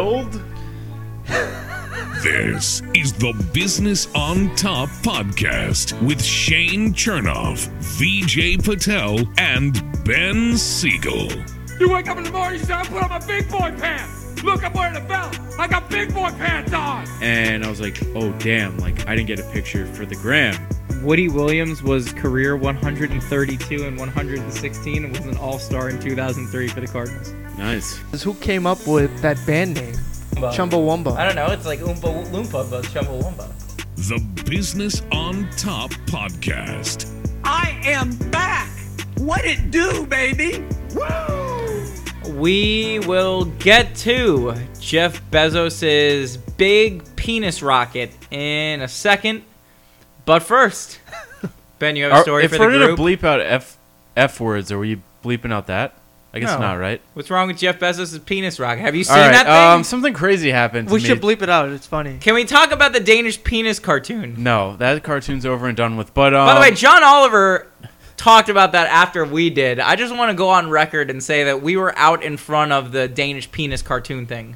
build? This is the Business on Top podcast with Shane Chernoff, VJ Patel, and Ben Siegel. You wake up in the morning, you say, I put on my big boy pants. Look, I'm wearing a belt. I got big boy pants on. And I was like, oh damn, like I didn't get a picture for the gram. Woody Williams was career 132 and 116 and was an All Star in 2003 for the Cardinals. Nice. Is Who came up with that band name? I Chumbawamba. don't know. It's like Oompa Loompa, but Chumbawamba. The Business on Top podcast. I am back. What it do, baby? We will get to Jeff Bezos's big penis rocket in a second. But first, Ben, you have a story if for we're the gonna group. bleep out f f words, are we bleeping out that? I guess No. not, right? What's wrong with Jeff Bezos's penis rocket? Have you seen All right. that thing? Um, something crazy happened. To We me. should bleep it out. It's funny. Can we talk about the Danish penis cartoon? No, that cartoon's over and done with. But um, By the way, John Oliver talked about that after we did. I just want to go on record and say that we were out in front of the Danish penis cartoon thing.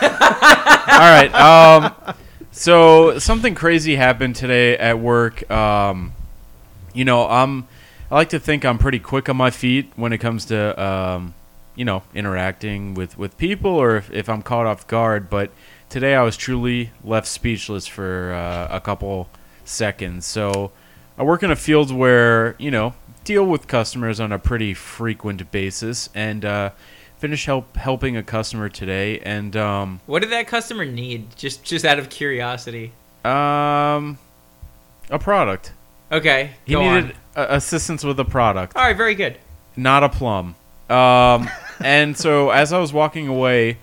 all right. Um, so something crazy happened today at work. Um, you know, I'm. I like to think I'm pretty quick on my feet when it comes to, um, you know, interacting with with people or if, if I'm caught off guard. But today I was truly left speechless for uh, a couple seconds. So I work in a field where you know deal with customers on a pretty frequent basis and. Uh, Finish help helping a customer today, and um, What did that customer need? Just just out of curiosity. um, a product. Okay, He go on. needed uh, assistance with a product, All right, very good. not a plum. Um, and so as I was walking away,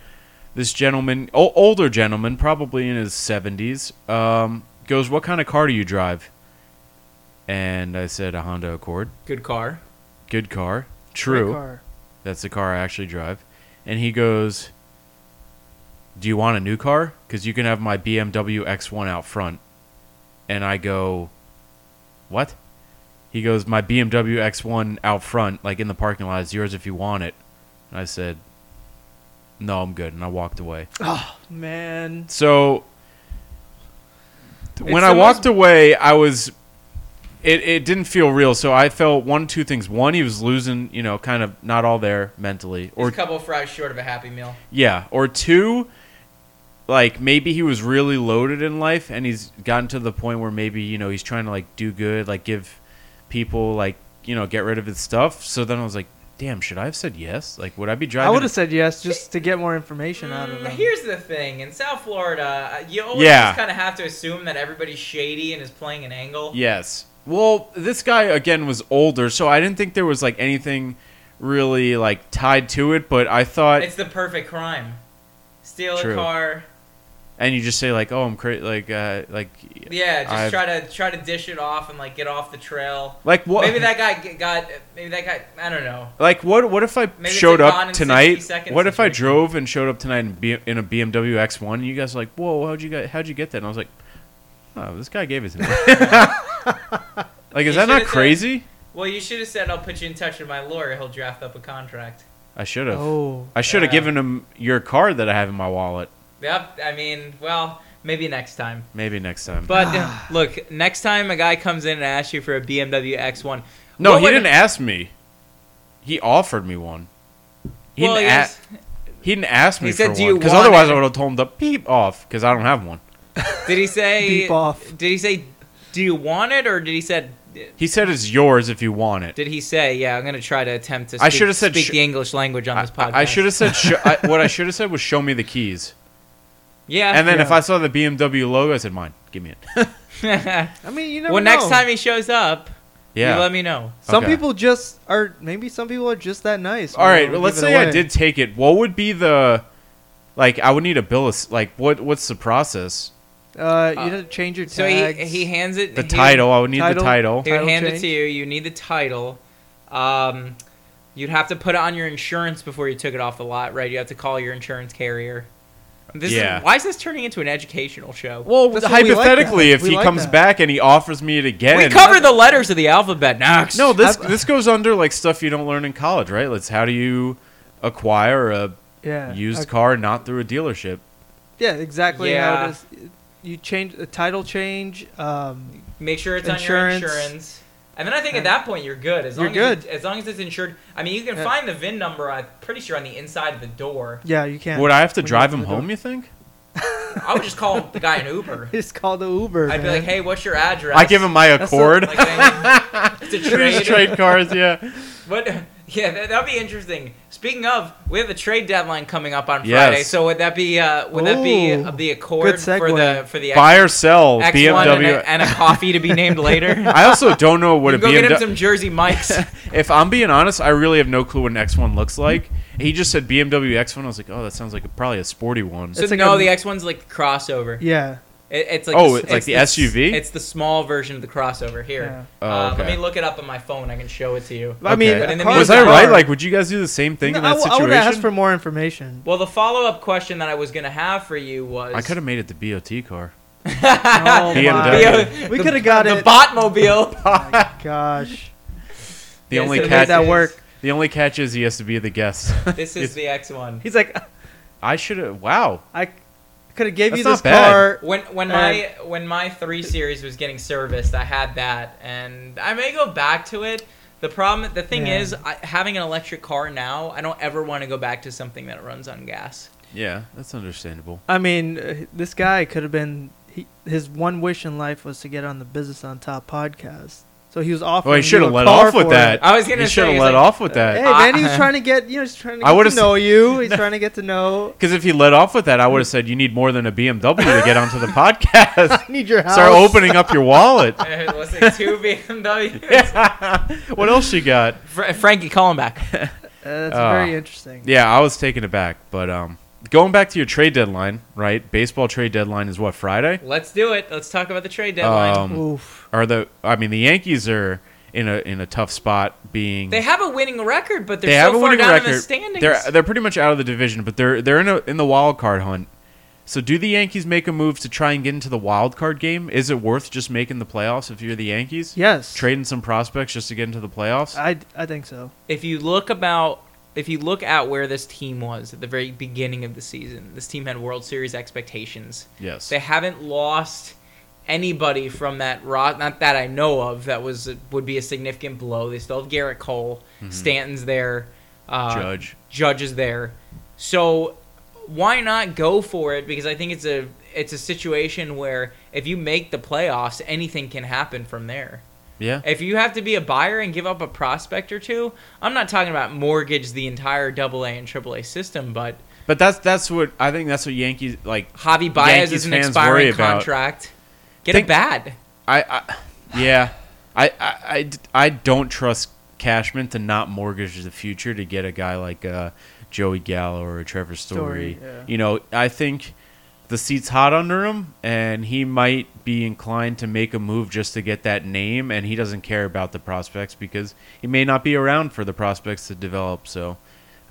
this gentleman, o- older gentleman, probably in his seventies, um, goes, "What kind of car do you drive?" And I said, "A Honda Accord. Good car. Good car. True. Car. That's the car I actually drive." And he goes, "Do you want a new car? Because you can have my BMW X1 out front." And I go, "What?" He goes, "My BMW X1 out front, like in the parking lot, is yours if you want it." And I said, "No, I'm good." And I walked away. Oh, Man. So when It's I the walked away, I was it it didn't feel real. So I felt one two things. One, he was losing, you know, kind of not all there mentally. Or Or a couple fries short of a happy meal. yeah, or two, like maybe he was really loaded in life and he's gotten to the point where maybe, you know, he's trying to like do good, like give people like, you know, get rid of his stuff. So then I was like, damn, should I have said yes? Like would I be I driving would have said yes just to get more information out of Mm, them. here's the thing: in South Florida, uh, you always Yeah. just kind of have to assume that everybody's shady and is playing an angle. Yes. Well, this guy again was older, so I didn't think there was like anything really like tied to it, but I thought It's the perfect crime. Steal True. a car. and you just say like, "Oh, I'm cra-, like uh like Yeah, just I've- try to try to dish it off and like get off the trail. like what Maybe that guy g- got. Maybe that guy. I don't know. like what what if I Maybe it's showed a gone up in tonight? 60 seconds What if I situation. drove and showed up tonight in, B- in a BMW X1 and you guys are like, "Whoa, how'd you get how'd you get that?" And I was like, "Oh, this guy gave his name." like You is that not should've said- crazy? Well, you should have said, "I'll put you in touch with my lawyer. He'll draft up a contract." I should have. Oh. I should have Yeah. given him your card that I have in my wallet. Yep. I mean, well, maybe next time. Maybe next time. But uh, Ah. look, next time a guy comes in and asks you for a BMW X1, No, What he would- didn't ask me. He offered me one. He, well, didn't, yes, a- he didn't ask me He said, for "Do you one because want otherwise it?" I would have told him to beep off because I don't have one. did he say? Beep off. Did he say? Do you want it, or did he said? He said it's yours if you want it. Did he say? Yeah, I'm gonna try to attempt to. Speak, I shoulda said speak sh- the English language on this I, podcast. I should have said sho- I, what I should have said was show me the keys, Yeah. and then if Ah, Yeah. I saw the BMW logo, I said mine. Give me it. I mean, you never well, next know. time he shows up, yeah. you let me know. Some Okay. people just are. Maybe some people are just that nice. All We right. don't Well, give let's it say I away. did take it. What would be the like? I would need a bill. Of, s- like what? What's the process? Uh, you had to change your So he tags. he hands it The he- title. I would need Title. the title. He would Title hand it change? to you. You need the title. Um, you'd have to put it on your insurance before you took it off the lot, right? You have to call your insurance carrier. This Yeah. is, why is this turning into an educational show? Well, That's what we like hypothetically, that. if We he like comes that. back and he offers me it again, we cover the letters of the alphabet next. No, this I've- this goes under like stuff you don't learn in college, right? Let's how do you acquire a Yeah. used Okay. car, not through a dealership. Yeah, exactly how Yeah. it is. You change a title change. Um, Make sure it's on Insurance. your insurance. And then I think at that point you're good. As You're long As, good. it- as long as it's insured. I mean, you can Yeah. find the VIN number. I'm pretty sure on the inside of the door. yeah, you can't. Would I have to when you drive open him the door. home? You think? I would just call the guy an Uber. Just call the Uber. I'd be man. like, "Hey, what's your address?" I give him my That's the- Accord. Like, then- it's a trade. Just trade cars, yeah. What? Yeah, that, that'd be interesting. Speaking of, we have a trade deadline coming up on Yes. Friday. So would that be uh, would that be Ooh, uh, the Accord good for the segue. for the X, Buy or sell X1 and, BMW. a, and a coffee to be named later? I also don't know what a Go get him BMW. some Jersey Mike's. If I'm being honest, I really have no clue what an X1 looks like. He just said BMW X1. I was like, oh, that sounds like a, probably a sporty one. So It's like no, a- the X one's like crossover. Yeah. It, it's like Oh, it's like the s- SUV? It's the small version of the crossover here. Yeah. Oh, Uh, okay. Let me look it up on my phone. I can show it to you. I mean, Okay. a And then car was is a I right? car. Like, would you guys do the same thing in No, I that w- I, situation? would ask for more information. Well, the follow up question that I was gonna have for you was I could have made it the BOT car. Oh, BMW. my. We could have got the it. Botmobile. Gosh. The Yes, only it catch. Made is. that work. The only catch is he has to be the guest. this is the X one. He's like, I should have. Wow. I could have gave you That's not this bad. car. When when Um, my when my three series was getting serviced, I had that, and I may go back to it. The problem, the thing Yeah. is, I, having an electric car now, I don't ever want to go back to something that runs on gas. Yeah, that's understandable. I mean, uh, this guy could have been. He, his one wish in life was to get on the Business on Top podcast. So he was offering. Well, Oh, he you should a have let car off with for that. it. I was gonna he say, should have he's let like- off with Hey that. man, he I- was trying to get you know he's trying to I get to would've know you. He's trying to get to know. Because if he let off with that, I would have said you need more than a BMW to get onto the podcast. I need your house. Start opening up your wallet. Eh, It was like two BMWs. what else you got? Fra- Frankie, call him back. Uh, that's Ah. very interesting. Yeah, I was taken aback, but um, going back to your trade deadline, right? Baseball trade deadline is what Friday, Let's do it. Let's talk about the trade deadline. Um, Oof. or the? I mean, the Yankees are in a in a tough spot, being they have a winning record, but they're they so have a far winning down record. in the standings. They're they're pretty much out of the division, but they're they're in a in the wild card hunt. So do the Yankees make a move to try and get into the wild card game? Is it worth just making the playoffs if you're the Yankees? Yes. Trading some prospects just to get into the playoffs? I, I think so. if you look about if you look at where this team was at the very beginning of the season, this team had World Series expectations. yes. They haven't lost anybody from that rot not that I know of that was would be a significant blow. They still have Garrett Cole, Stanton's there, uh, Judge. Judge is there. So why not go for it? Because I think it's a it's a situation where if you make the playoffs, anything can happen from there. Yeah. If you have to be a buyer and give up a prospect or two, I'm not talking about mortgage the entire AA and AAA system, but But that's that's what I think that's what Yankees like Javi Baez Yankees is an fans worry expiring about. contract. Get Think- it bad. I, I yeah. I, I, I d- I don't trust Cashman to not mortgage the future to get a guy like uh, Joey Gallo or a Trevor Story. Story, yeah. You know, I think the seat's hot under him, and he might be inclined to make a move just to get that name, and he doesn't care about the prospects because he may not be around for the prospects to develop. So,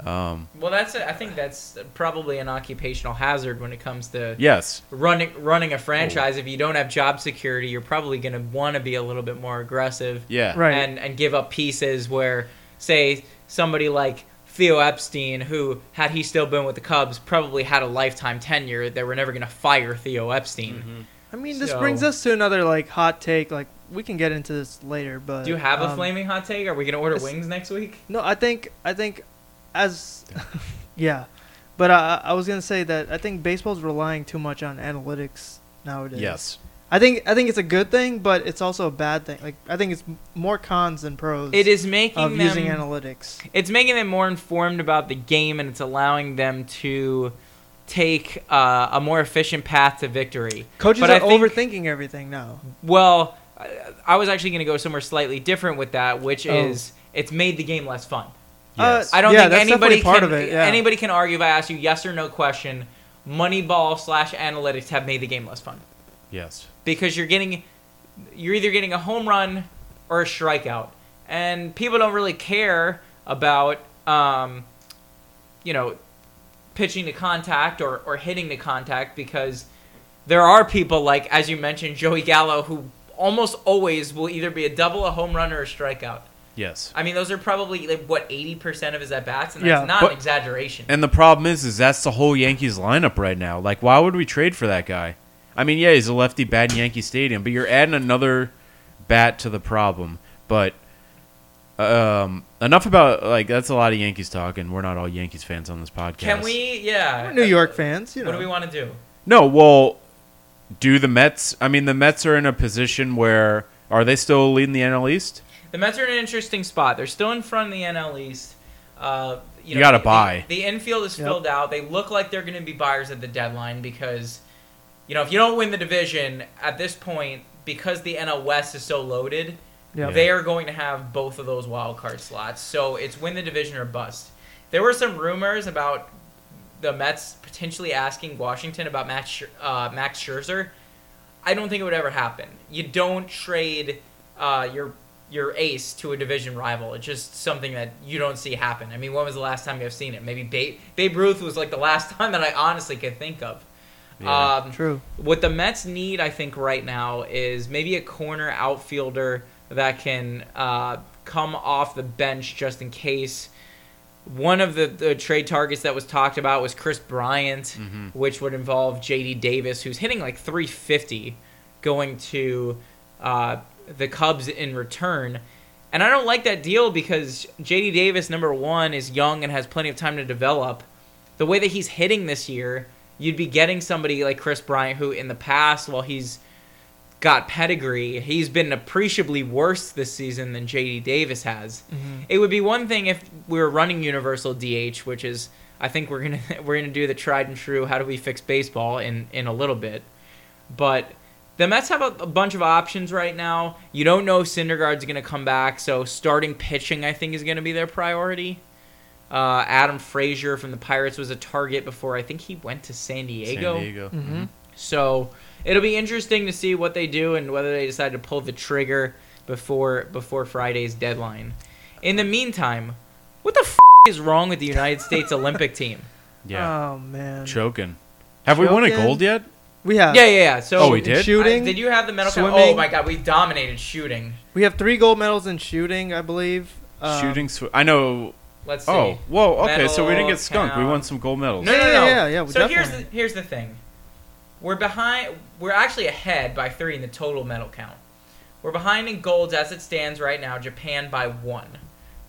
um, Well, that's a, I think that's probably an occupational hazard when it comes to yes, running running a Oh. franchise. If you don't have job security, you're probably going to want to be a little bit more aggressive. yeah, Right. and and give up pieces where say somebody like Theo Epstein who had he still been with the Cubs probably had a lifetime tenure they were never going to fire Theo Epstein. Mm-hmm. I mean, this So- brings us to another like hot take. Like we can get into this later, but Do you have a um, flaming hot take? Are we going to order it's- wings next week? No, I think I think as yeah, but I I was gonna say that I think baseball's relying too much on analytics nowadays. Yes, I think I think it's a good thing, but it's also a bad thing. Like I think it's m- more cons than pros. It is making of them using analytics. it's making them more informed about the game and it's allowing them to take uh, a more efficient path to victory. Coaches But are I think- overthinking everything now. Well, I, I was actually going to go somewhere slightly different with that, which Oh. is it's made the game less fun. Uh, I don't yeah, think that's anybody definitely part can, of it. Yeah. anybody can argue if I ask you yes or no question. Moneyball slash analytics have made the game less fun yes, because you're getting you're either getting a home run or a strikeout, and people don't really care about um, you know pitching to contact or or hitting to contact because there are people like as you mentioned Joey Gallo who almost always will either be a double, a home run, or a strikeout. Yes. I mean, those are probably like what eighty percent of his at bats, and Yeah. that's not But- an exaggeration. And the problem is, is that's the whole Yankees lineup right now. Like, why would we trade for that guy? I mean, yeah, he's a lefty bat in Yankee Stadium, but you're adding another bat to the problem. But um, enough about like that's a lot of Yankees talk, and we're not all Yankees fans on this podcast. Can we? Yeah. We're New York fans, you know. What do we want to do? No, well, do the Mets? I mean, the Mets are in a position where are they still leading the NL East? The Mets are in an interesting spot. They're still in front of the NL East. Uh, you You know, gotta the- buy. The, the infield is Yep. filled out. They look like they're going to be buyers at the deadline because, you know, if you don't win the division at this point, because the NL West is so loaded, Yeah. they are going to have both of those wild card slots. So it's win the division or bust. There were some rumors about the Mets potentially asking Washington about Max, Scher- uh, Max Scherzer. I don't think it would ever happen. You don't trade uh, your your ace to a division rival. It's just something that you don't see happen. I mean, when was the last time you've seen it? Maybe Babe, Babe Ruth was like the last time that I honestly could think of. Um, True. What the Mets need, I think, right now is maybe a corner outfielder that can uh, come off the bench just in case. One of the, the trade targets that was talked about was Chris Bryant, which would involve J.D. Davis, who's hitting like 350, going to uh, the Cubs in return. And I don't like that deal because J.D. Davis, number one, is young and has plenty of time to develop the way that he's hitting this year, you'd be getting somebody like Chris Bryant, who in the past, while he's got pedigree, he's been appreciably worse this season than JD Davis has. It would be one thing if we were running universal DH, which is I think we're gonna we're gonna do the tried and true how do we fix baseball in in a little bit, but. The Mets have a, a bunch of options right now. You don't know if Syndergaard's going to come back, so starting pitching I think is going to be their priority. Uh, Adam Frazier from the Pirates was a target before I think he went to San Diego. San Diego. Mm-hmm. So it'll be interesting to see what they do and whether they decide to pull the trigger before before Friday's deadline. In the meantime, what the f- is wrong with the United States Olympic team? Um, Yeah, Oh man. choking. Have we won a Choking? gold yet? we have Yeah, yeah, yeah. So Oh, we did? I- shooting. did you have the medal? count? Oh swimming. my God, we dominated shooting. We have three gold medals in shooting, I believe. Um, Shooting. Sw- I know Let's see. Oh, whoa, okay, so we didn't Medal get skunked. We won count. some gold medals. No, no, Yeah, no. yeah, yeah, we so here's the, definitely- here's the thing. We're behind. We're actually ahead by three in the total medal count. We're behind in golds as it stands right now. Japan by one.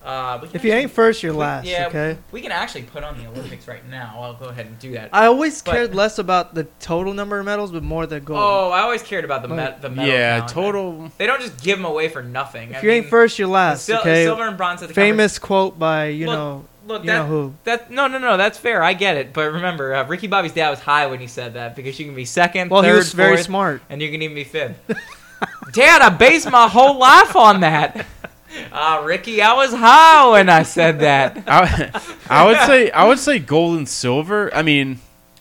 Uh, we can If you actually- ain't first, you're we- last. yeah, okay. We can actually put on the Olympics right now. I'll go ahead and do that. I always But- cared less about the total number of medals, but more the gold. oh, I always cared about the me- the medal yeah, count. total. They don't just give them away for nothing. if I you ain't mean, first, you're the last. sil- okay. silver and bronze at the Famous quote by you Look, know Look, you that, know who. that no, no, no. That's fair. I get it. But remember, uh, Ricky Bobby's dad was high when he said that because you can be second, Well, third, he was very fourth, smart. and you can even be fifth. dad, I based my whole life on that. Ah, Ricky, I was high when I said that. I, I would say I would say gold and silver. I mean,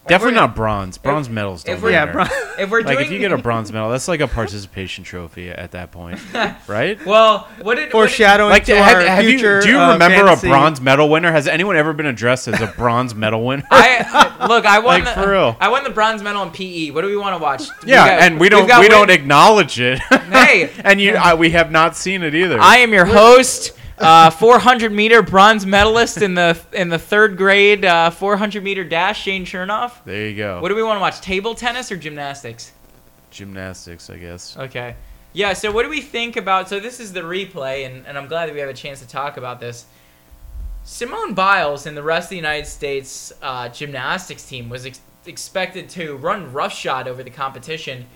definitely we're- not bronze. Bronze medals don't if we're- matter. Yeah, bro. If we're Like doing, if you get a bronze medal, that's like a participation trophy at that point, right? well, what did what did- foreshadowing Like, to have, our have future. you, do you uh, remember fantasy. a bronze medal winner? Has anyone ever been addressed as a bronze medal winner? I look. I won. Like, the, for real. I won the bronze medal in PE. What do we want to watch? yeah, and we don't we don't Hey, acknowledge it. Hey. and you, I, we have not seen it either. I am your host, uh, 400 meter bronze medalist in the in the third grade uh, 400 meter dash, Shane Chernoff. there you go. What do we want to watch? Table tennis or gymnastics? Gymnastics, I guess. Okay. Yeah, so what do we think about so this is the replay and, and I'm glad that we have a chance to talk about this. Simone Biles and the rest of the United States uh, gymnastics team was ex- expected to run roughshod over the competition.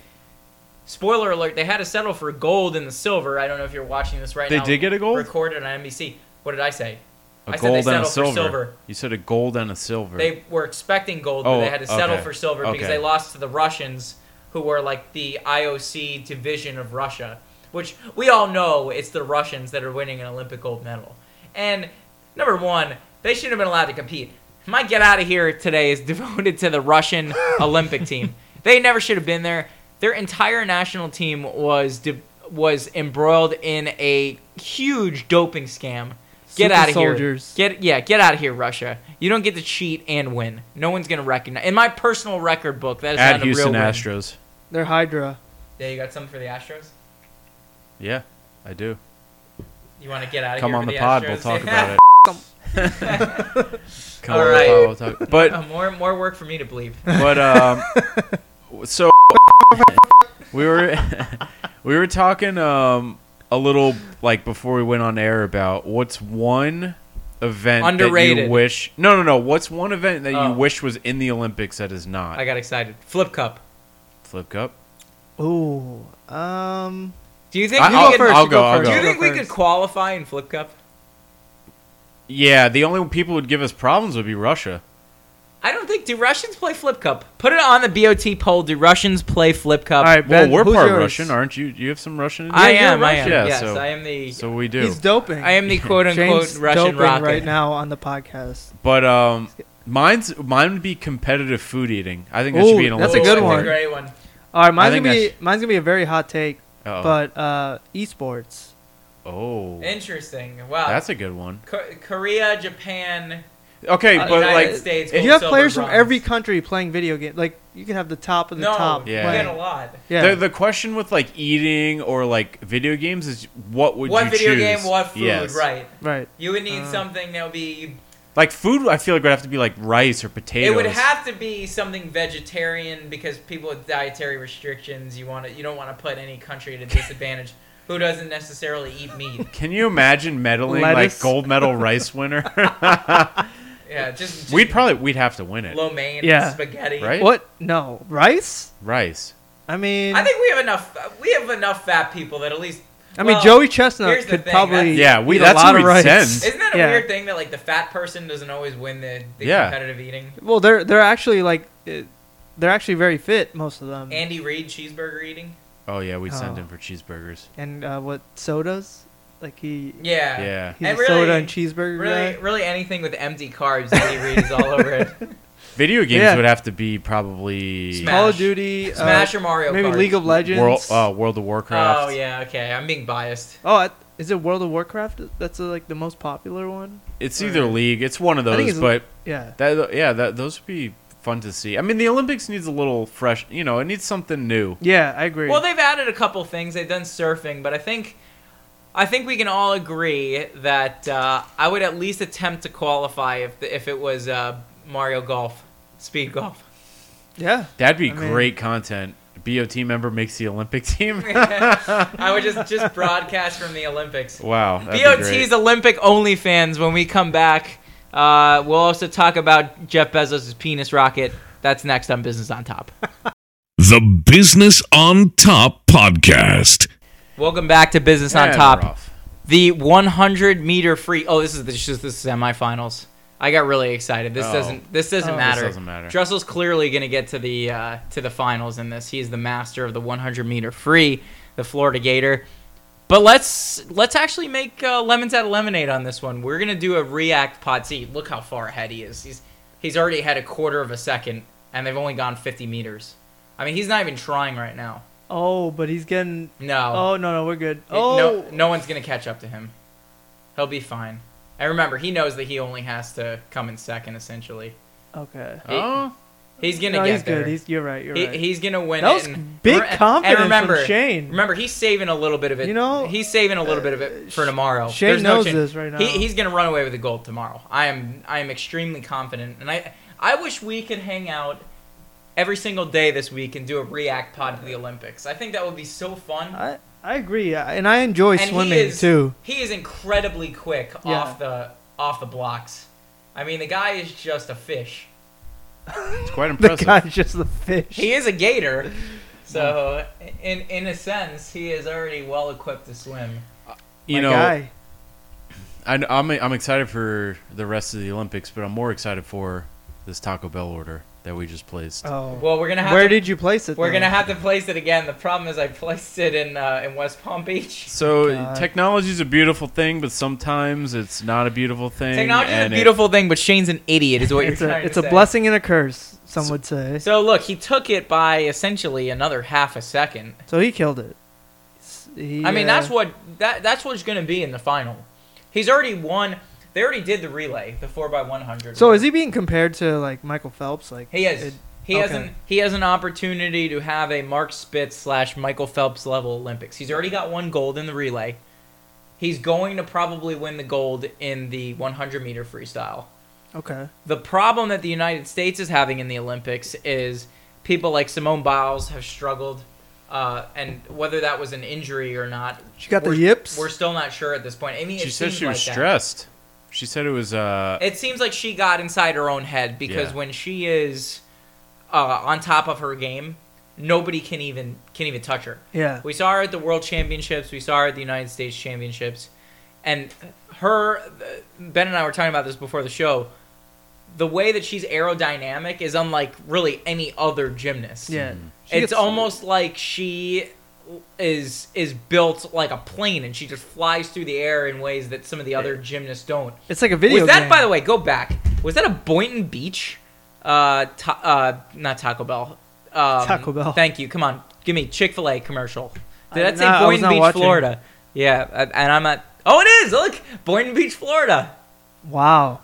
Spoiler alert, they had to settle for gold and the silver. I don't know if you're watching this right They now. did get a gold? Recorded on NBC. What did I say? A I said they gold and a settled silver. for silver. You said a gold and a silver. They were expecting gold, Oh, but they had to settle okay. for silver because Okay. they lost to the Russians, who were like the IOC division of Russia, which we all know it's the Russians that are winning an Olympic gold medal. And number one, they shouldn't have been allowed to compete. My get out of here today is devoted to the Russian Olympic team. They never should have been there. Their entire national team was de- was embroiled in a huge doping scam. Get Super out of here. soldiers. Get yeah, get out of here, Russia. You don't get to cheat and win. No one's gonna recognize. In my personal record book, that is At not Houston a real win. Astros. They're Hydra. Yeah, you got something for the Astros. Yeah, I do. You want to get out of Come here on for the pod, we'll Astros? talk Yeah. about it. Come All on right. the pod, we'll talk. But Uh, more more work for me to believe. But um, so we were we were talking um a little like before we went on air about what's one event that Underrated. you wish no no no what's one event that Oh. you wish was in the Olympics that is not I got excited. Flip cup. flip cup Ooh. Um. Do you think I- we I'll- could, I'll go, I'll Do you go. think we Go could first. qualify in flip cup? yeah the only people who'd give us problems would be Russia I don't think. Do Russians play flip cup? Put it on the BOT poll. Do Russians play flip cup? All right, Ben. well we're who's part yours? Russian aren't you you have some Russian in you? I Yeah, you're am. I am. Russian. Yeah, yes, so- I am the. so we do He's doping. I am the quote unquote Shane's Russian doping rocket. right now on the podcast. but um mine's mine would be competitive food eating I think that should Ooh, be an that's Olympic a good That's one. great one. All right, mine's think gonna be that's- mine's gonna be a very hot take, Uh-oh. but uh, esports. oh Interesting. Wow. that's a good one Co- Korea, Japan, Okay, uh, but United like, States. If gold, you have silver, players from bronze. every country playing video game, like you can have the top of the no, top. you Yeah. get playing. a lot. yeah. the, the question with like eating or like video games is what would what you video choose? game? What food? Yes. Right. right. You would Uh-huh. need something that would be. Like food, I feel like would have to be like rice or potatoes. It would have to be something vegetarian because people with dietary restrictions. You want to. You don't want to put any country at a disadvantage who doesn't necessarily eat meat. Can you imagine medaling like Lettuce. gold medal rice winner? Yeah, just, just we'd probably we'd have to win it. lo mein, Yeah. spaghetti. Right? What? No. Rice? Rice. I mean, I I, think we have enough. We have enough fat people that at least. mean well, Joey here's Chestnut the could thing, probably that's- Yeah, we eat a that's lot who of we rice. send. Isn't that a Yeah. weird thing that like the fat person doesn't always win the, the Yeah. competitive eating? Well, they're they're actually like uh, they're actually very fit most of them. Andy Reid cheeseburger eating. Oh yeah, we'd send Oh. him for cheeseburgers. And uh, what sodas? Like he Yeah. Yeah. he's And a soda really- and cheeseburger Really, guy. really anything with empty carbs, Andy Reid is all over it. Video games Yeah. would have to be probably Smash. Call of Duty, uh, Smash or Mario maybe Kart? League of Legends. World uh, World of Warcraft. Oh yeah, okay. I'm being biased. oh, I- is it World of Warcraft? That's uh, like the most popular one. It's either League. It's one of Mm-hmm. I think those, it's- but Yeah. That yeah, that those would be fun to see. I mean, the Olympics needs a little fresh. You know, it needs something new. Yeah, I agree. Well, they've added a couple things. They've done surfing, but I think, I think we can all agree that uh, I would at least attempt to qualify if the, if it was uh, Mario Golf, speed golf. yeah. That'd be I mean- great content. BOT member makes the Olympic team. I would just just broadcast from the Olympics. wow, that'd be BOT's great. Olympic OnlyFans. When we come back, uh, we'll also talk about Jeff Bezos' penis rocket. That's next on Business on Top. The Business on Top podcast. Welcome back to Business on Yeah, Top. we're off. The 100 meter free. Oh, this is the, this is the semifinals. I got really excited. This Oh. doesn't. This doesn't Oh. This matter. doesn't matter. Dressel's clearly going to get to the uh, to the finals in this. He's the master of the 100 meter free, the Florida Gator. But let's let's actually make uh, lemons out of lemonade on this one. We're going to do a react pod. See, look how far ahead he is. He's he's already had a quarter of a second, and they've only gone 50 meters. I mean, he's not even trying right now. Oh, but he's getting. No. Oh no no we're good. It- Oh No, no one's gonna catch up to him. He'll be fine. And remember, he knows that he only has to come in second, essentially. okay. He- Oh, He's gonna No, get he's there. good. He's you're right. You're He- right. he's gonna win. That it was and- big and- and confidence from remember, Shane. Remember, he's saving a little bit of it. You know, uh, he's saving a little bit of it for tomorrow. Shane There's no knows chan- this right now. He, he's gonna run away with the gold tomorrow. I am. I am extremely confident, and I. I wish we could hang out every single day this week and do a react pod to the Olympics. I think that would be so fun. I I agree, I- and I enjoy And swimming he is, too. He is incredibly quick Yeah. off the off the blocks. I mean, the guy is just a fish. it's quite The impressive. guy's just the fish. He is a gator. So in in a sense, he is already well equipped to swim. you My know, guy. I, am I'm excited for the rest of the Olympics, but I'm more excited for this Taco Bell order that we just placed. Oh. Well, we're gonna have Where to, did you place it? we're then? gonna have to place it again. The problem is I placed it in uh, in West Palm Beach. so God. technology is a beautiful thing, but sometimes it's not a beautiful thing. Technology is a and it- beautiful thing, but Shane's an idiot, is what It's you're a trying it's to a say. blessing and a curse. Some would say. So look, he took it by essentially another half a second. So he killed it. S- he, I mean, uh, that's what that that's what's going to be in the final. He's already won. They already did the relay, the four x one hundred. So is he being compared to like Michael Phelps? Like He has it- he has okay. an he has an opportunity to have a Mark Spitz slash Michael Phelps level Olympics. He's already got one gold in the relay. He's going to probably win the gold in the 100 meter freestyle. Okay. The problem that the United States is having in the Olympics is people like Simone Biles have struggled, uh, and whether that was an injury or not, She got the we're- yips? We're still not sure at this point. I mean, She it said seems she was like that. stressed. She said it was uh It seems like she got inside her own head because Yeah. when she is uh, on top of her game, nobody can even can even touch her. Yeah. We saw her at the World Championships. We saw her at the United States Championships, and her Ben and I were talking about this before the show. The way that she's aerodynamic is unlike really any other gymnast. Yeah. She Hmm. it's gets- almost like she is is built like a plane, and she just flies through the air in ways that some of the other gymnasts don't. It's like a video. Was that, game. by the way, go back. Was that a Boynton Beach? Uh, ta- uh, not Taco Bell. Um, Taco Bell. Thank you. Come on, give me Chick Fil A commercial. Did I- that say nah, I was Boynton not Beach, watching. Florida? Yeah, I- and I'm at. Oh, it is. Look, Boynton Beach, Florida. Wow.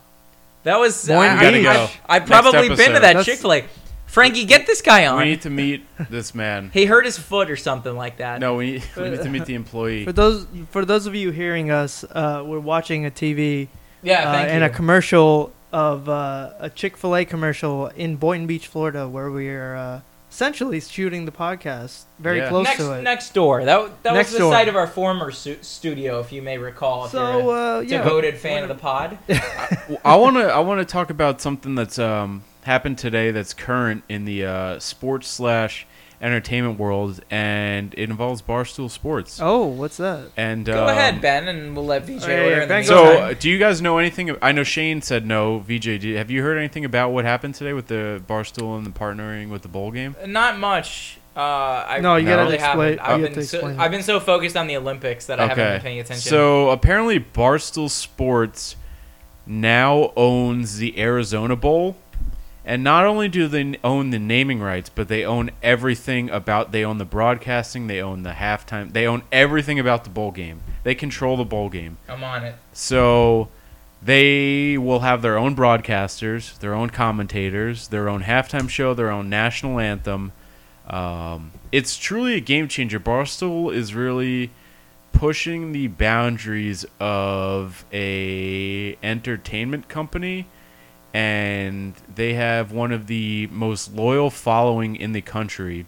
That was. Boynton I, I- Beach. Gotta go. I, have Next probably been to episode. that That's- Chick Fil A. Frankie, get this guy we on. need to meet this man. he hurt his foot or something like that. No, we need, we need to meet the employee. For those for those of you hearing us, uh, we're watching a TV Yeah, uh, thank and you. a commercial of uh, a Chick Fil A commercial in Boynton Beach, Florida, where we are uh, essentially shooting the podcast very Yeah. close next, to it. next door. That, that Next was the door. site of our former su- studio, if you may recall. If so you're a uh, yeah, devoted fan of the pod. Well, I want to I want to talk about something that's um, happened today that's current in the uh, sports slash entertainment world, and it involves Barstool Sports. oh, what's that? And Go um, ahead, Ben, and we'll let VJ Oh, yeah, order yeah, in the Ben, go So, meantime. uh, do you guys know anything? ab- I know Shane said no. VJ, do, have you heard anything about what happened today with the Barstool and the partnering with the bowl game? not much. Uh, I No, you gotta really explain- haven't. I've you have been to so, explain it. I've been so focused on the Olympics that I haven't been paying attention. So apparently, Barstool Sports now owns the Arizona Bowl, and not only do they n- own the naming rights, but they own everything about. They own the broadcasting. They own the halftime. They own everything about the bowl game. They control the bowl game. I'm on it. So they will have their own broadcasters, their own commentators, their own halftime show, their own national anthem. Um, it's truly a game changer. Barstool is really pushing the boundaries of a entertainment company and they have one of the most loyal following in the country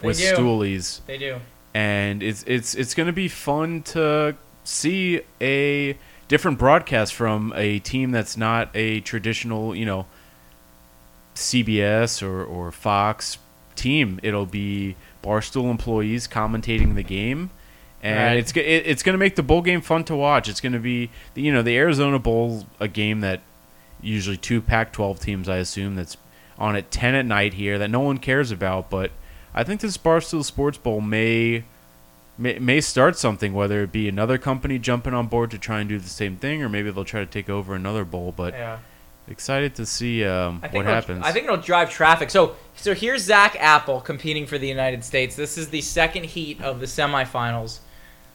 They with do. stoolies They do. and it's it's it's going to be fun to see a different broadcast from a team that's not a traditional, you know, CBS or or Fox team. It'll be Barstool employees commentating the game. And Right. it's it's go- it, it's going to make the bowl game fun to watch. It's going to be you know the Arizona Bowl, a game that usually two Pac-12 teams, I assume, that's on at 10 at night here that no one cares about. But I think this Barstool Sports Bowl may may, may start something, whether it be another company jumping on board to try and do the same thing, or maybe they'll try to take over another bowl. But Yeah. excited to see um, I think what it'll- happens. I think it'll drive traffic. So so here's Zach Apple competing for the United States. This is the second heat of the semifinals.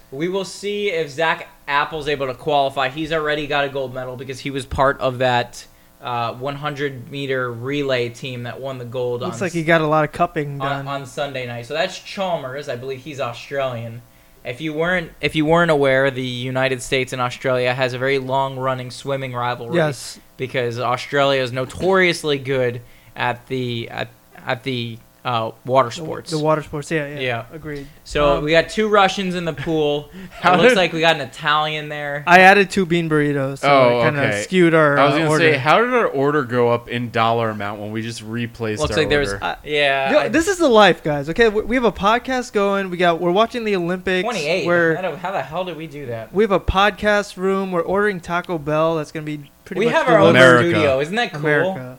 We will see if Zach Apple's able to qualify. He's already got a gold medal because he was part of that uh, 100 meter relay team that won the gold. Looks on like he got a lot of cupping on, done. on Sunday night. So that's Chalmers. I believe he's Australian. If you weren't if you weren't aware, the United States and Australia has a very long running swimming rivalry. Yes. Because Australia is notoriously good at the at, at the uh, water sports. The water sports. Yeah, yeah. Yeah. Agreed. so Um, we got two Russians in the pool. it looks did- like we got an Italian there. I added two bean burritos, so Oh, it kind of okay. skewed our I was uh, gonna order. say, how did our order go up in dollar amount when we just replaced? looks our like there was order? I- yeah. Yo, I- this is the life, guys. Okay, we we have a podcast going. We got we're watching the Olympics. 28. I We're don't- how the hell did we do that? we have a podcast room. We're ordering Taco Bell. That's gonna be pretty. We much have our own delivered. America. studio. Isn't that cool? America.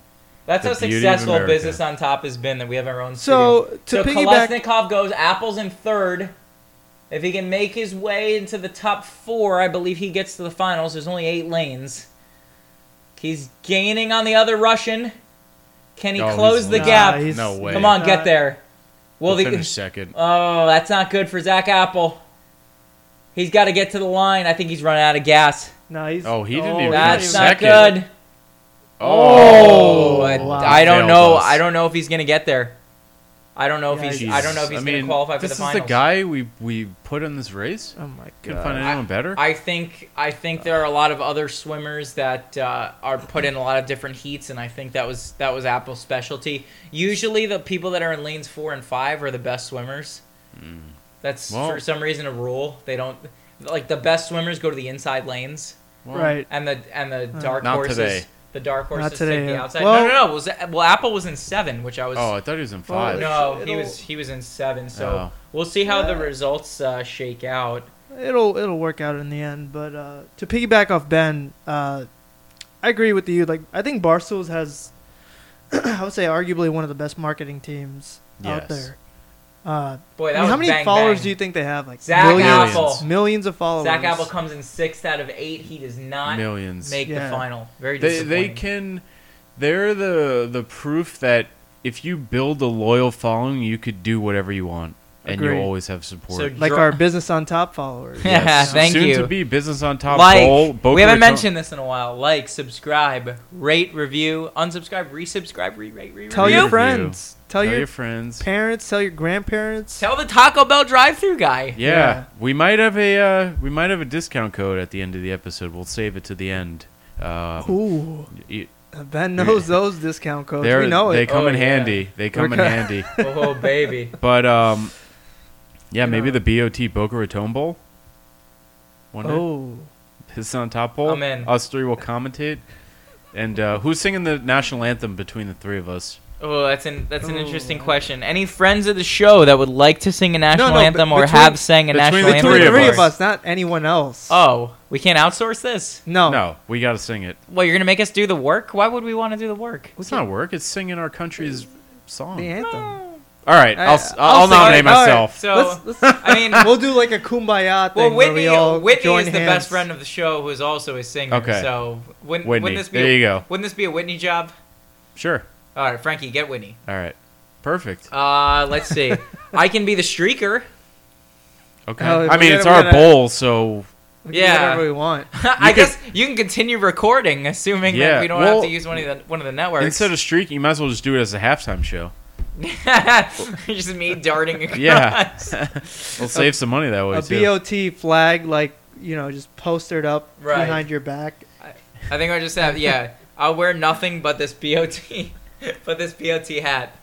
That's The how beauty of successful America. business on top has been that we have our own. So, studio. to so piggyback- Kolesnikov goes apples in third. If he can make his way into the top four, I believe he gets to the finals. There's only eight lanes. He's gaining on the other Russian. Can he Oh, he's close the not. gap? Nah, he's- No way. Come on, get Uh, there. Will We'll the finish second. Oh, that's not good for Zach Apple. He's got to get to the line. I think he's running out of gas. No, he's, Oh, he didn't even- he's That's even not second. good. Oh, I, wow. Oh, I don't Failed Oh, know. us. I don't know if he's gonna get there. I don't know if Yeah, he's. Jesus. I don't know if he's I going mean, to qualify for this the is finals. the guy we we put in this race. Oh my god. Couldn't find anyone better. I think I think there are a lot of other swimmers that uh, are put in a lot of different heats, and I think that was that was Apple's specialty. Usually, the people that are in lanes four and five are the best swimmers. That's Hmm. Well- for some reason a rule. They don't like the best swimmers go to the inside lanes, Well, Right. and the and the dark Not horses. today. The dark horses Hmm. today, take the yeah. outside. Well- no, no, no. it Was well, Apple was in seven, which I was. Oh, I thought he was in Well, five. no, he It'll- was he was in seven. So Oh. we'll see how the Yeah. results uh, shake out. It'll it'll work out in the end. But uh, to piggyback off Ben, uh, I agree with you. Like I think Barstools has, I would say, arguably one of the best marketing teams out Yes. there. Uh, Boy, that I mean, was how many bang, followers bang. do you think they have? Like Zach millions, Apple. millions of followers. Zach Apple comes in sixth out of eight. He does not Millions. make Yeah. the final. Very they they disappointing. can they're the the proof that if you build a loyal following you could do whatever you want and Agreed. you always have support So- like Dr- our business on top followers. Yeah, thank soon you. to be business on top like goal, we Boca haven't Raton- mentioned this in a while. Like, subscribe, rate, review, unsubscribe, resubscribe, re-rate, re-review. Tell Review. your friends. Tell, tell your, your friends parents. Tell your grandparents. Tell the Taco Bell drive-through guy. yeah, Yeah. we might have a uh, we might have a discount code at the end of the episode we'll save it to the end uh, Ooh, you- Ben knows those discount codes. they're- We know they it. come Oh, in yeah. handy they come in Okay. handy Oh baby, but um yeah maybe know. the BOT Boca Raton Bowl One day. Oh, Piss on top bowl. I'm in. Us three will commentate. And uh, who's singing the national anthem between the three of us? oh that's an that's an Oh. interesting question. Any friends of the show that would like to sing a national no, anthem be- or between- have sang a between national the anthem? three, Three of three of us. us, not anyone else. Oh, we can't outsource this. no, No, we got to sing it. Well, you're gonna make us do the work. Why would we want to do the work? It's not work. It's singing our country's song. the anthem. All right, I- I'll, s- I'll I'll, sing it. nominate All right. myself. So Let's- let's- I mean, we'll do like a kumbaya thing. Well, Whitney, where we all Whitney join is the hands. best friend of the show, who is also a singer. Okay. So wouldn't, Whitney, wouldn't this be there a, you go. Wouldn't this be a Whitney job? Sure. All right, Frankie, get Whitney. All right. Perfect. Uh, let's see. I can be the streaker. Okay. Oh, we I mean, gotta- it's we our gotta- bowl, so We can do Yeah. whatever we want. I could- guess you can continue recording, assuming that Yeah, we don't have well, to use one of the one of the networks. instead of streaking, you might as well just do it as a halftime show. just me darting across. Yeah. We'll save some money that way, A too. BOT flag, like you know, just postered up Right. behind your back. I think I just have yeah. I'll wear nothing but this bot, but this bot hat.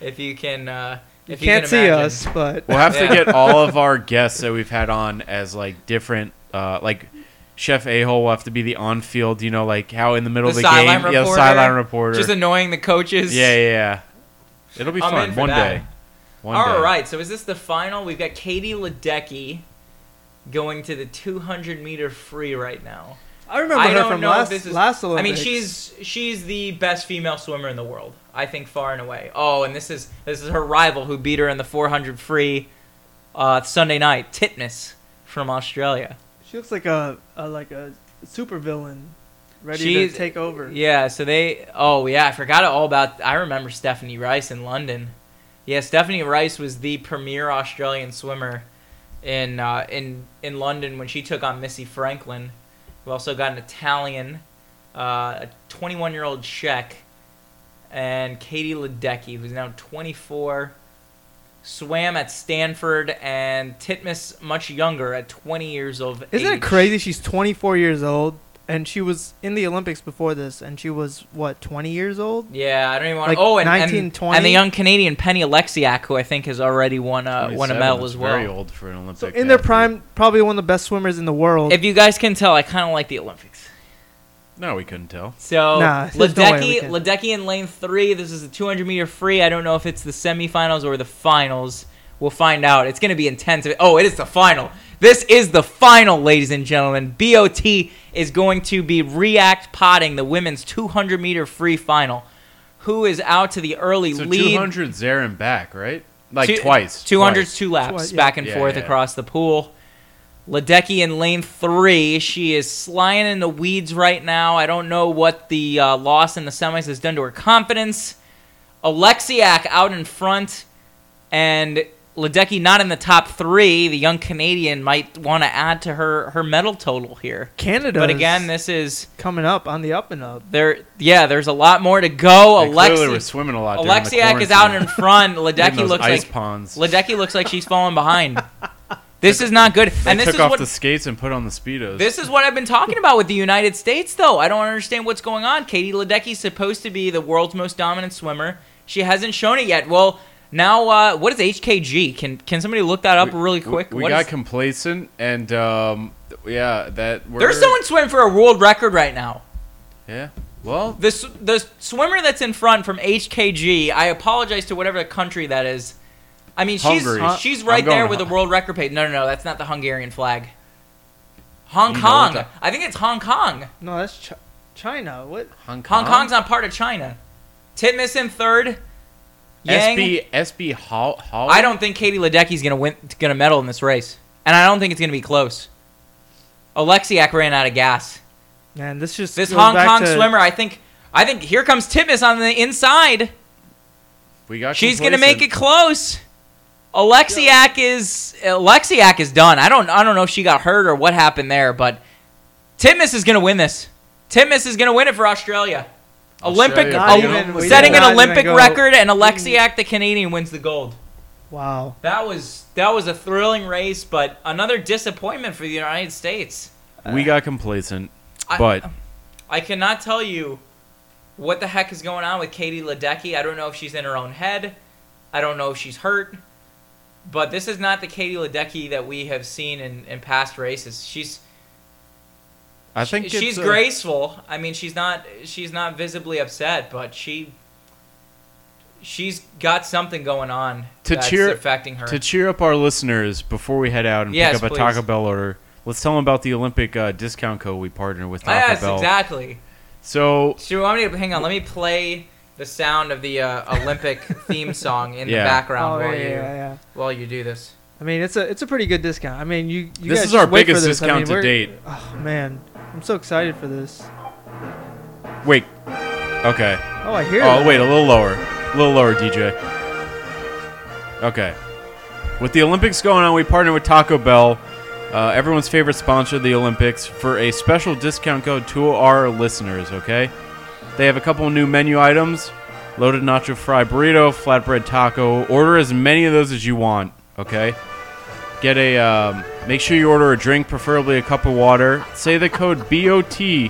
If you can, uh, You if you can't can see imagine. us, but We'll have Yeah. to get all of our guests that we've had on as like different, uh, like Chef A Hole will have to be the on field, you know, like how in the middle of The the game, sideline yeah, reporter. sideline reporter. Just annoying the coaches. yeah, yeah, yeah. It'll be I'm in fun for one that. day. One All right, day. so is this the final? We've got Katie Ledecky going to the 200 meter free right now. I remember I her don't from know last if this is. last I mean, Olympics. she's she's the best female swimmer in the world, I think, far and away. Oh, and this is this is her rival who beat her in the 400 free uh, Sunday night, Titmus from Australia. she looks like a, a like a super villain, ready She's- to take over. Yeah, so they. Oh yeah, I forgot all about. I remember Stephanie Rice in London. Yeah, Stephanie Rice was the premier Australian swimmer in uh, in in London when she took on Missy Franklin. We also got an Italian, uh, a 21 year old Czech, and Katie Ledecky, who's now 24. Swam at Stanford and Titmus, much younger, at 20 years of Isn't age. it crazy? She's 24 years old, and she was in the Olympics before this, and she was what 20 years old. Yeah, I don't even want Like to. Oh, and, and- 1920? and the young Canadian Penny Alexiak, who I think has already won Uh, a won 27, a medal that's as well. Very old for an Olympic. So in their athlete. prime, probably one of the best swimmers in the world. If you guys can tell, I kind of like the Olympics. No, we couldn't tell. So Nah, there's no way we Ledecky, can. Ledecky in lane three. This is the 200 meter free. I don't know if it's the semifinals or the finals. We'll find out. It's going to be intense. Oh, it is the final. This is the final, ladies and gentlemen. BOT is going to be react potting the women's 200 meter free final. Who is out to the early So lead? 200 there and back, right? Like Two- twice. 200 's twice. two laps Twice, yeah. back and Yeah, forth yeah, yeah. across the pool. Ledecky in lane three. She is slying in the weeds right now. I don't know what the uh, loss in the semis has done to her confidence. Alexiak out in front, and Ledecky not in the top three, the young Canadian might want to add to her her medal total here. Canada. But again, this is coming up on the up and up. there. Yeah, there's a lot more to go. They clearly were Alexi, swimming a lot. during the Alexiak is out in quarantine. front. Getting Ledecky those looks ice like ponds. Ledecky looks like she's falling behind. This is not good. They and this took is off what the skates and put on the speedos. this is what I've been talking about with the United States, though. I don't understand what's going on. Katie Ledecky's supposed to be the world's most dominant swimmer. She hasn't shown it yet. Well, now uh, what is HKG? Can can somebody look that up really quick? We, we What got is- complacent, and um, th- yeah, that we're, There's someone swimming for a world record right now. Yeah. Well, The s- the swimmer that's in front from HKG. I apologize to whatever country that is. I mean, she's Hungary. she's I'm right going there to with the Hun- world record page. No, no, no, that's not the Hungarian flag. Hong You know what Kong. the- I think it's Hong Kong. No, that's Ch- China. What? Hong Kong. Hong Kong's not part of China. Titmus in third. Yang. SB SB Hall. Hall I don't think Katie Ledecky's gonna win, gonna medal in this race, and I don't think it's gonna be close. Alexiak ran out of gas. Man, this just This goes Hong back Kong to- swimmer, I think, I think here comes Titmus on the inside. We got. She's gonna complacent. make it close. Alexiak is Alexiak is done. I don't I don't know if she got hurt or what happened there, but Titmus is gonna win this. Titmus is gonna win it for Australia. Olympic Australia, Ol- you know, even- we setting did an not even Olympic go- record, and Alexiak the Canadian wins the gold. Wow. That was that was a thrilling race, but another disappointment for the United States. We got complacent, I- but I cannot tell you what the heck is going on with Katie Ledecky. I don't know if she's in her own head. I don't know if she's hurt. But this is not the Katie Ledecky that we have seen in, in past races. She's I think it's, she's uh, graceful. I mean, she's not she's not visibly upset, but she she's got something going on To that's cheer- affecting her. To cheer up our listeners before we head out and Yes, pick up a please. Taco Bell order, let's tell them about the Olympic uh, discount code we partner with Taco yes, Bell. exactly. So So you want me to hang on? Let me play the sound of the uh, Olympic theme song in Yeah. the Oh background yeah, while yeah, you yeah. while you do this. I mean, it's a it's a pretty good discount. I mean, you, you This guys is our just wait for biggest this. I mean, discount to we're- date. Oh man, I'm so excited for this. wait, okay. Oh, I hear. Oh that. wait, a little lower, a little lower, DJ. Okay. With the Olympics going on, we partner with Taco Bell, uh, everyone's favorite sponsor of the Olympics, for a special discount code to our listeners. Okay. They have a couple new menu items: loaded nacho fry burrito, flatbread taco. Order as many of those as you want. Okay. Get a. Um, make sure you order a drink, preferably a cup of water. Say the code BOT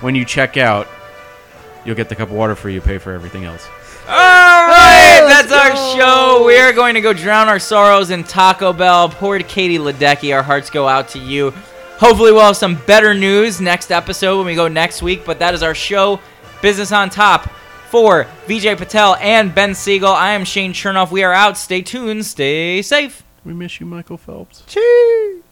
when you check out. You'll get the cup of water free. You pay for everything else. All right, that's our show. We are going to go drown our sorrows in Taco Bell. Poor Katie Ledecky, our hearts go out to you. Hopefully, we'll have some better news next episode when we go next week. But that is our show, Business on Top. For VJ Patel and Ben Siegel, I am Shane Chernoff. We are out. Stay tuned. Stay safe. We miss you, Michael Phelps. Chee.